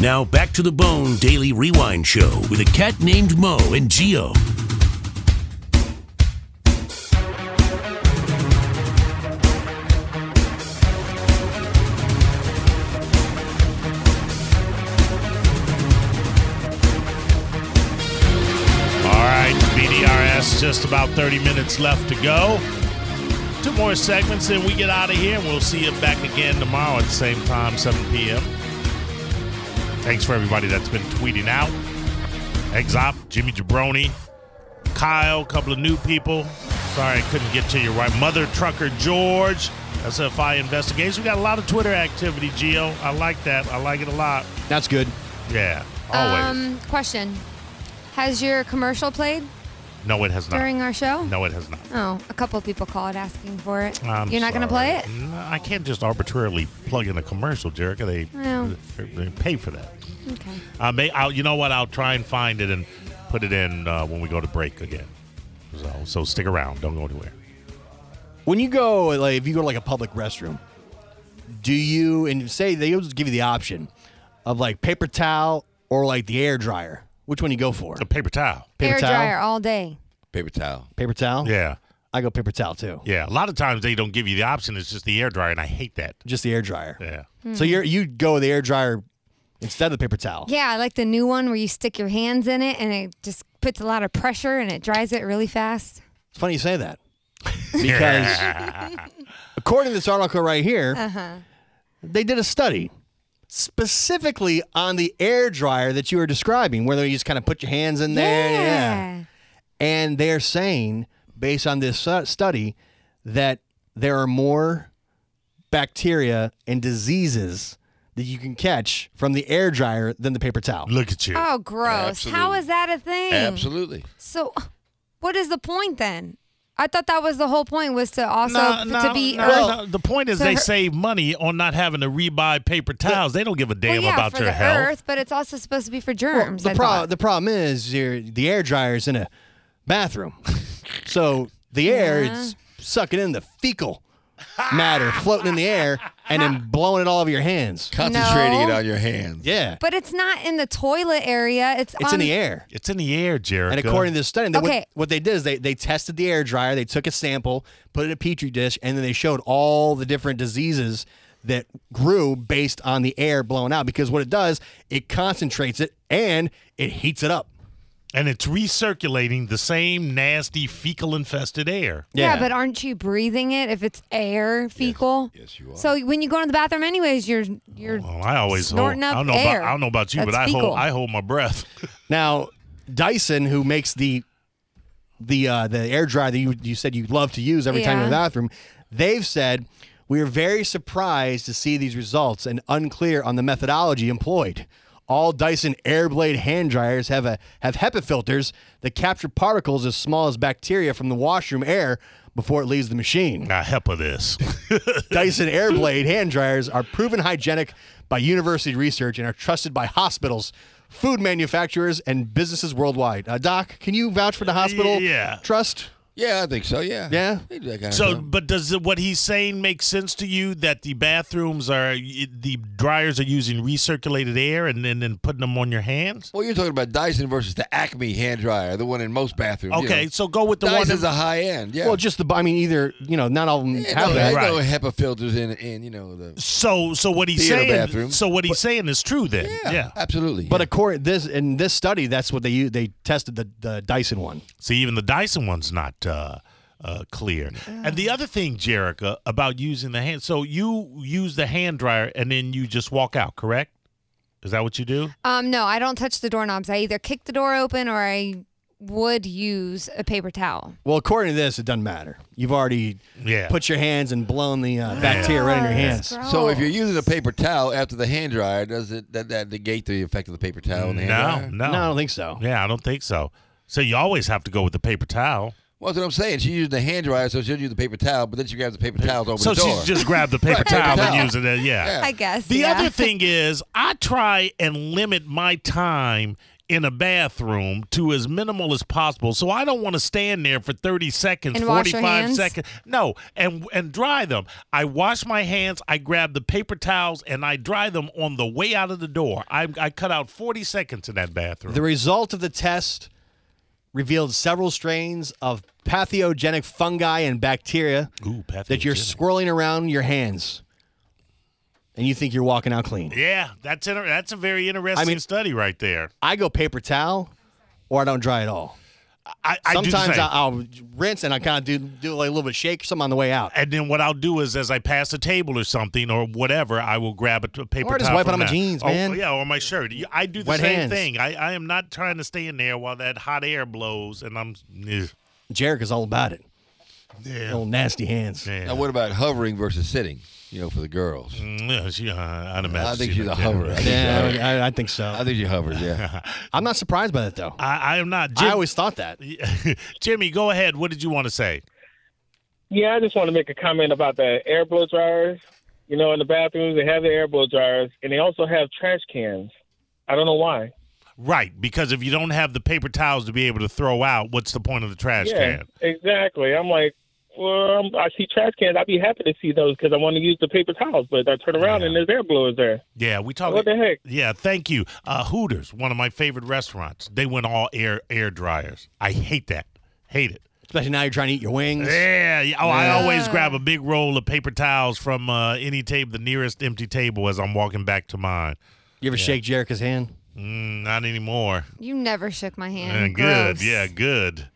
Now back to the Bone Daily Rewind Show with a cat named Mo and Geo. All right, BDRS, just about 30 minutes left to go. Two more segments, then we get out of here, and we'll see you back again tomorrow at the same time, 7 p.m. Thanks for everybody that's been tweeting out. Exop, Jimmy Jabroni, Kyle, couple of new people. Sorry I couldn't get to you right. Mother Trucker George, SFI Investigations. We got a lot of Twitter activity, Geo. I like that. I like it a lot. That's good. Yeah, always. Um, question. Has your commercial played no, it has not. during our show? no, it has not. Oh, a couple of people called asking for it. I'm You're not going to play sorry. it? No, I can't just arbitrarily plug in a commercial, Jerica. They, Well. they pay for that. Okay. I may, I'll, you know what? I'll try and find it and put it in uh, when we go to break again. So, so stick around. Don't go anywhere. When you go, like, if you go to like a public restroom, do you and say they just give you the option of like paper towel or like the air dryer? Which one you go for? A paper towel. Paper Air towel? dryer all day. Paper towel. Paper towel. Yeah, I go paper towel too. yeah. A lot of times they don't give you the option. It's just the air dryer, and I hate that. Just the air dryer. Yeah. So you you go with the air dryer instead of the paper towel. Yeah, I like the new one where you stick your hands in it and it just puts a lot of pressure and it dries it really fast. It's funny you say that because according to this article right here, they did a study specifically on the air dryer that you were describing, where you just kind of put your hands in there. And they're saying, based on this su- study, that there are more bacteria and diseases that you can catch from the air dryer than the paper towel. Look at you. Oh, gross. How Absolutely. is that a thing? Absolutely. So, what is the point then? I thought that was the whole point was to also No, f- no, to be no, early- no. the point is So they her- save money on not having to rebuy paper towels. They don't give a damn well, yeah, about for your the health. earth, but it's also supposed to be for Well, germs. the, I pro- thought. the problem is your the air dryer's in a bathroom, so the air Yeah. is sucking in the fecal matter floating in the air and then blowing it all over your hands. Concentrating it No. on your hands. Yeah, but it's not in the toilet area. It's it's on, in the air. it's in the air, Jerica. And according to this study, they- what- Okay. what, they did is they, they tested the air dryer, they took a sample, put it in a petri dish, and then they showed all the different diseases that grew based on the air blown out. Because what it does, it concentrates it and it heats it up. and it's recirculating the same nasty fecal infested air. Yeah. but aren't you breathing it if it's air fecal? Yes, you are. So when you go into the bathroom, anyways, you're you're Oh, Well, I always snorting hold, up I don't know air. About, I don't know about you, but I That's hold fecal. I hold my breath. Now, Dyson, who makes the the uh, the air dryer that you you said you love to use every time you're in the Yeah. bathroom, they've said we are very surprised to see these results and unclear on the methodology employed. All Dyson Airblade hand dryers have a have HEPA filters that capture particles as small as bacteria from the washroom air before it leaves the machine. now HEPA this. Dyson Airblade hand dryers are proven hygienic by university research and are trusted by hospitals, food manufacturers, and businesses worldwide. Uh, Doc, can you vouch for the hospital yeah. trust? Yeah, I think so. Yeah. Yeah? They do that kind of so, stuff. but does what he's saying make sense to you that the bathrooms are the dryers are using recirculated air and then then putting them on your hands? Well, you're talking about Dyson versus the Acme hand dryer, the one in most bathrooms. you Okay, know. so go with the one. Dyson's that- a high end. Yeah. Well, just the I mean, either you know, not all of them yeah, have no, that. they Right. know HEPA filters in, in you know the. so, so what he's Theater saying. bathroom. So what he's saying is true then. Yeah. absolutely. But according this in this study, that's what they u- they tested the, the Dyson one. See, even the Dyson one's not uh, uh, clear. And the other thing, Jerica, about using the hand. So you use the hand dryer and then you just walk out, correct? Is that what you do? um no, I don't touch the doorknobs. I either kick the door open or I would use a paper towel. Well, according to this, it doesn't matter. You've already Yeah. put your hands and blown the uh, bacteria right in your Oh, hands. that's gross. so if you're using a paper towel after the hand dryer, does it that, that negate the effect of the paper towel? And the hand no, dryer? No, no, I don't think so. Yeah, I don't think so. So you always have to go with the paper towel. Well, that's what I'm saying. She used the hand dryer, so she'll use the paper towel, but then she grabs the paper towels over So the door. she's just grabbed the paper towel towel. and using it. uh, Yeah. I guess The yeah. other thing is, I try and limit my time in a bathroom to as minimal as possible. So I don't want to stand there for 30 seconds, And wash your 45 hands? seconds. No, and and dry them. I wash my hands, I grab the paper towels and I dry them on the way out of the door. I I cut out 40 seconds in that bathroom. The result of the test revealed several strains of pathogenic fungi and bacteria Ooh, that you're pathogenic. swirling around your hands. And you think you're walking out clean. Yeah, that's inter- that's a very interesting mean- study right there. I go paper towel or I don't dry at all. I, I do the Sometimes same. I, I'll rinse and I kind of do, do like a little bit of shake or something on the way out. and then what I'll do is, as I pass a table or something or whatever, I will grab a t- a paper Or just towel wipe it from on my that. jeans, Oh, man. yeah, or my shirt. You- I do the Wet same hands. thing. I, I am not trying to stay in there while that hot air blows, and I'm yeah, Jericho's all about it. yeah. Little nasty hands. Now, what about hovering versus sitting? You know, for the girls. Mm, yeah, she, uh, I'd imagine I think she she's a looked at it. hoverer. I think she Yeah, hovers. I, I- I think so. I think she hovers. Yeah. I'm not surprised by that though. I, I am not. Jim, I always thought that. Jimmy, go ahead. What did you want to say? Yeah, I just want to make a comment about the air blow dryers. You know, in the bathrooms they have the air blow dryers, and they also have trash cans. I don't know why. Right, because if you don't have the paper towels to be able to throw out, what's the point of the trash yeah, can? exactly. I'm like, well, I'm, I see trash cans. I'd be happy to see those because I want to use the paper towels, but I turn around Yeah. and there's air blowers there. Yeah, we talk. What the heck? Yeah, thank you. Uh, Hooters, one of my favorite restaurants. They went all air air dryers. I hate that. Hate it. Especially now you're trying to eat your wings. Yeah. yeah. Oh, I Yeah. always grab a big roll of paper towels from uh, any table, the nearest empty table, as I'm walking back to mine. You ever shake Jericho's hand? Mm, not anymore. You never shook my hand. Uh, good. Mm, Gross. Yeah, good.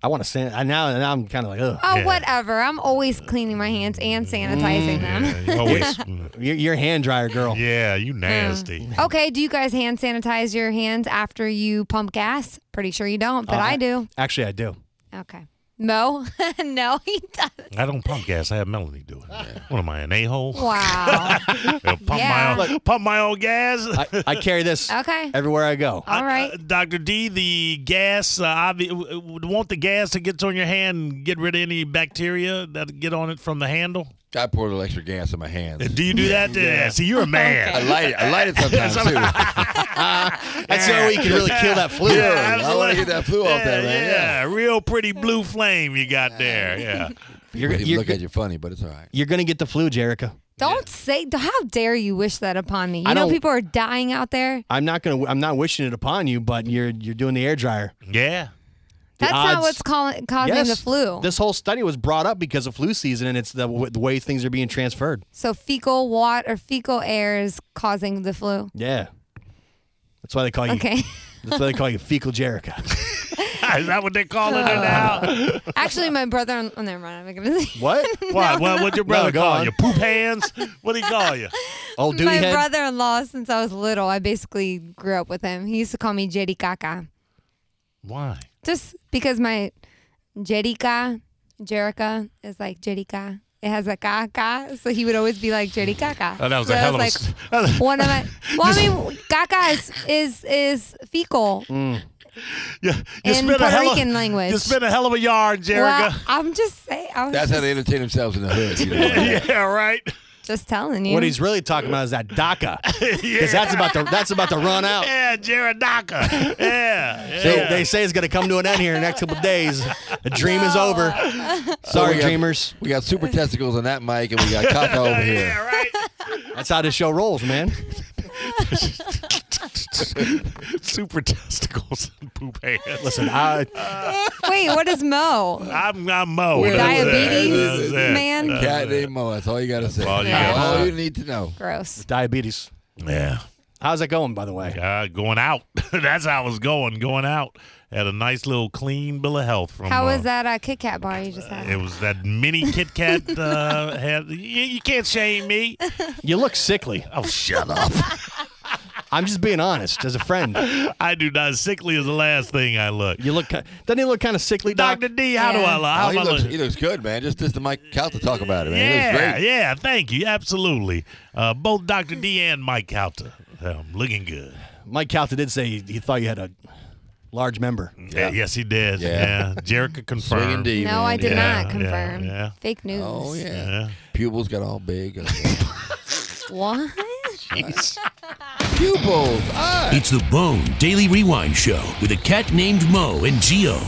I want to say I now. Now I'm kind of like, ugh. Oh, Yeah. whatever. I'm always cleaning my hands and sanitizing Yeah, them. you always. mm. You're, you're a hand dryer girl. yeah, you nasty. Okay, do you guys hand sanitize your hands after you pump gas? Pretty sure you don't, but I do. Actually, I do. Okay. Mo? no, he doesn't. I don't pump gas. I have Melanie do it. What am I, an a hole? Wow. pump Yeah. my own, pump my own gas. I, I carry this Okay. everywhere I go. All right. Uh, Dr. D, the gas, uh, obvi- w- w- want the gas that gets on your hand and get rid of any bacteria that get on it from the handle? Uh, I pour the extra gas in my hands. Do you do that? Yeah. See, you're a man. I light it. I light it sometimes too. That's the only way you can really kill that flu. I wanna get that flu yeah, off there, man, Yeah. real pretty blue flame you got there. Yeah. You're, People you're, look at you funny, but it's all right. you're gonna get the flu, Jericho. Don't say, how dare you wish that upon me? You I know don't- people are dying out there. I'm not gonna. I'm not wishing it upon you, but you're you're doing the air dryer. yeah. That's odds- not what's calling causing the flu. This whole study was brought up because of flu season, and it's the, w- the way things are being transferred. so fecal water, or fecal air is causing the flu. Yeah. That's why they call you. Okay. That's why they call you fecal Jericho. Is that what they're calling Uh, her now? Actually, my brother. Oh, never mind. I'm not gonna say. What? What? What? What'd your No, brother go call on. you? Poop hands? What'd he call you? Old duty my head. brother-in-law, since I was little, I basically grew up with him. He used to call me Jericaca, Why? just because my Jerica, Jerica is like Jerica. It has a caca, so he would always be like Jericaca. Oh, that was so a I hell of was a. like, s- that was- one of my. Well, I mean, caca is is, is fecal you, Mm. you in spit a Puerto hell of- Rican language. You spit a hell of a yarn, Jerica. well, I'm just saying. I was That's how just, they entertain themselves in the hood. You know? yeah, right. just telling you. What he's really talking about is that DACA, because that's about to that's about to run out. Yeah, Jerodaka. Yeah. yeah. They, they say it's going to come to an end here in the next couple of days. The dream is over. Sorry, yeah. dreamers. We got super testicles on that mic, and we got Kaka over yeah, here. right. That's how this show rolls, man. Super testicles and poop hands. Listen, I, Wait, what is Mo? I'm, I'm Mo. We're That's it. diabetes That's it. man. Cat named Mo. That's all you got to say. all you gotta all say. you need to know. Gross. diabetes. Yeah. How's that going, by the way? Uh, going out. That's how I was going. Going out. Had a nice little clean bill of health from. How uh, was that uh, Kit Kat bar you just had? It was that mini Kit Kat. Uh, had, you, you can't shame me. You look sickly. Oh, shut up. I'm just being honest as a friend. I do not. Sickly is the last thing I look. You look. ki- Doesn't he look kind of sickly, Doc? Dr. D, how do I Yeah. look? Oh, How he, am I looks, look? he looks good, man. Just just the mic Cal to talk about it, man. He looks Yeah, great. yeah. Thank you. Absolutely. Uh, both Dr. D and Mike Calta. Um, looking good. Mike Calta did say he, he thought you had a large member. Yeah, yes, he did. Yeah. Yeah. Jerica confirmed. Swinging D, no, man. I did Yeah. yeah, not confirm. yeah. Fake news. Oh yeah. Yeah. Pupils got all big. What? Pupils. Ah. It's the Bone Daily Rewind Show with a cat named Mo and Geo.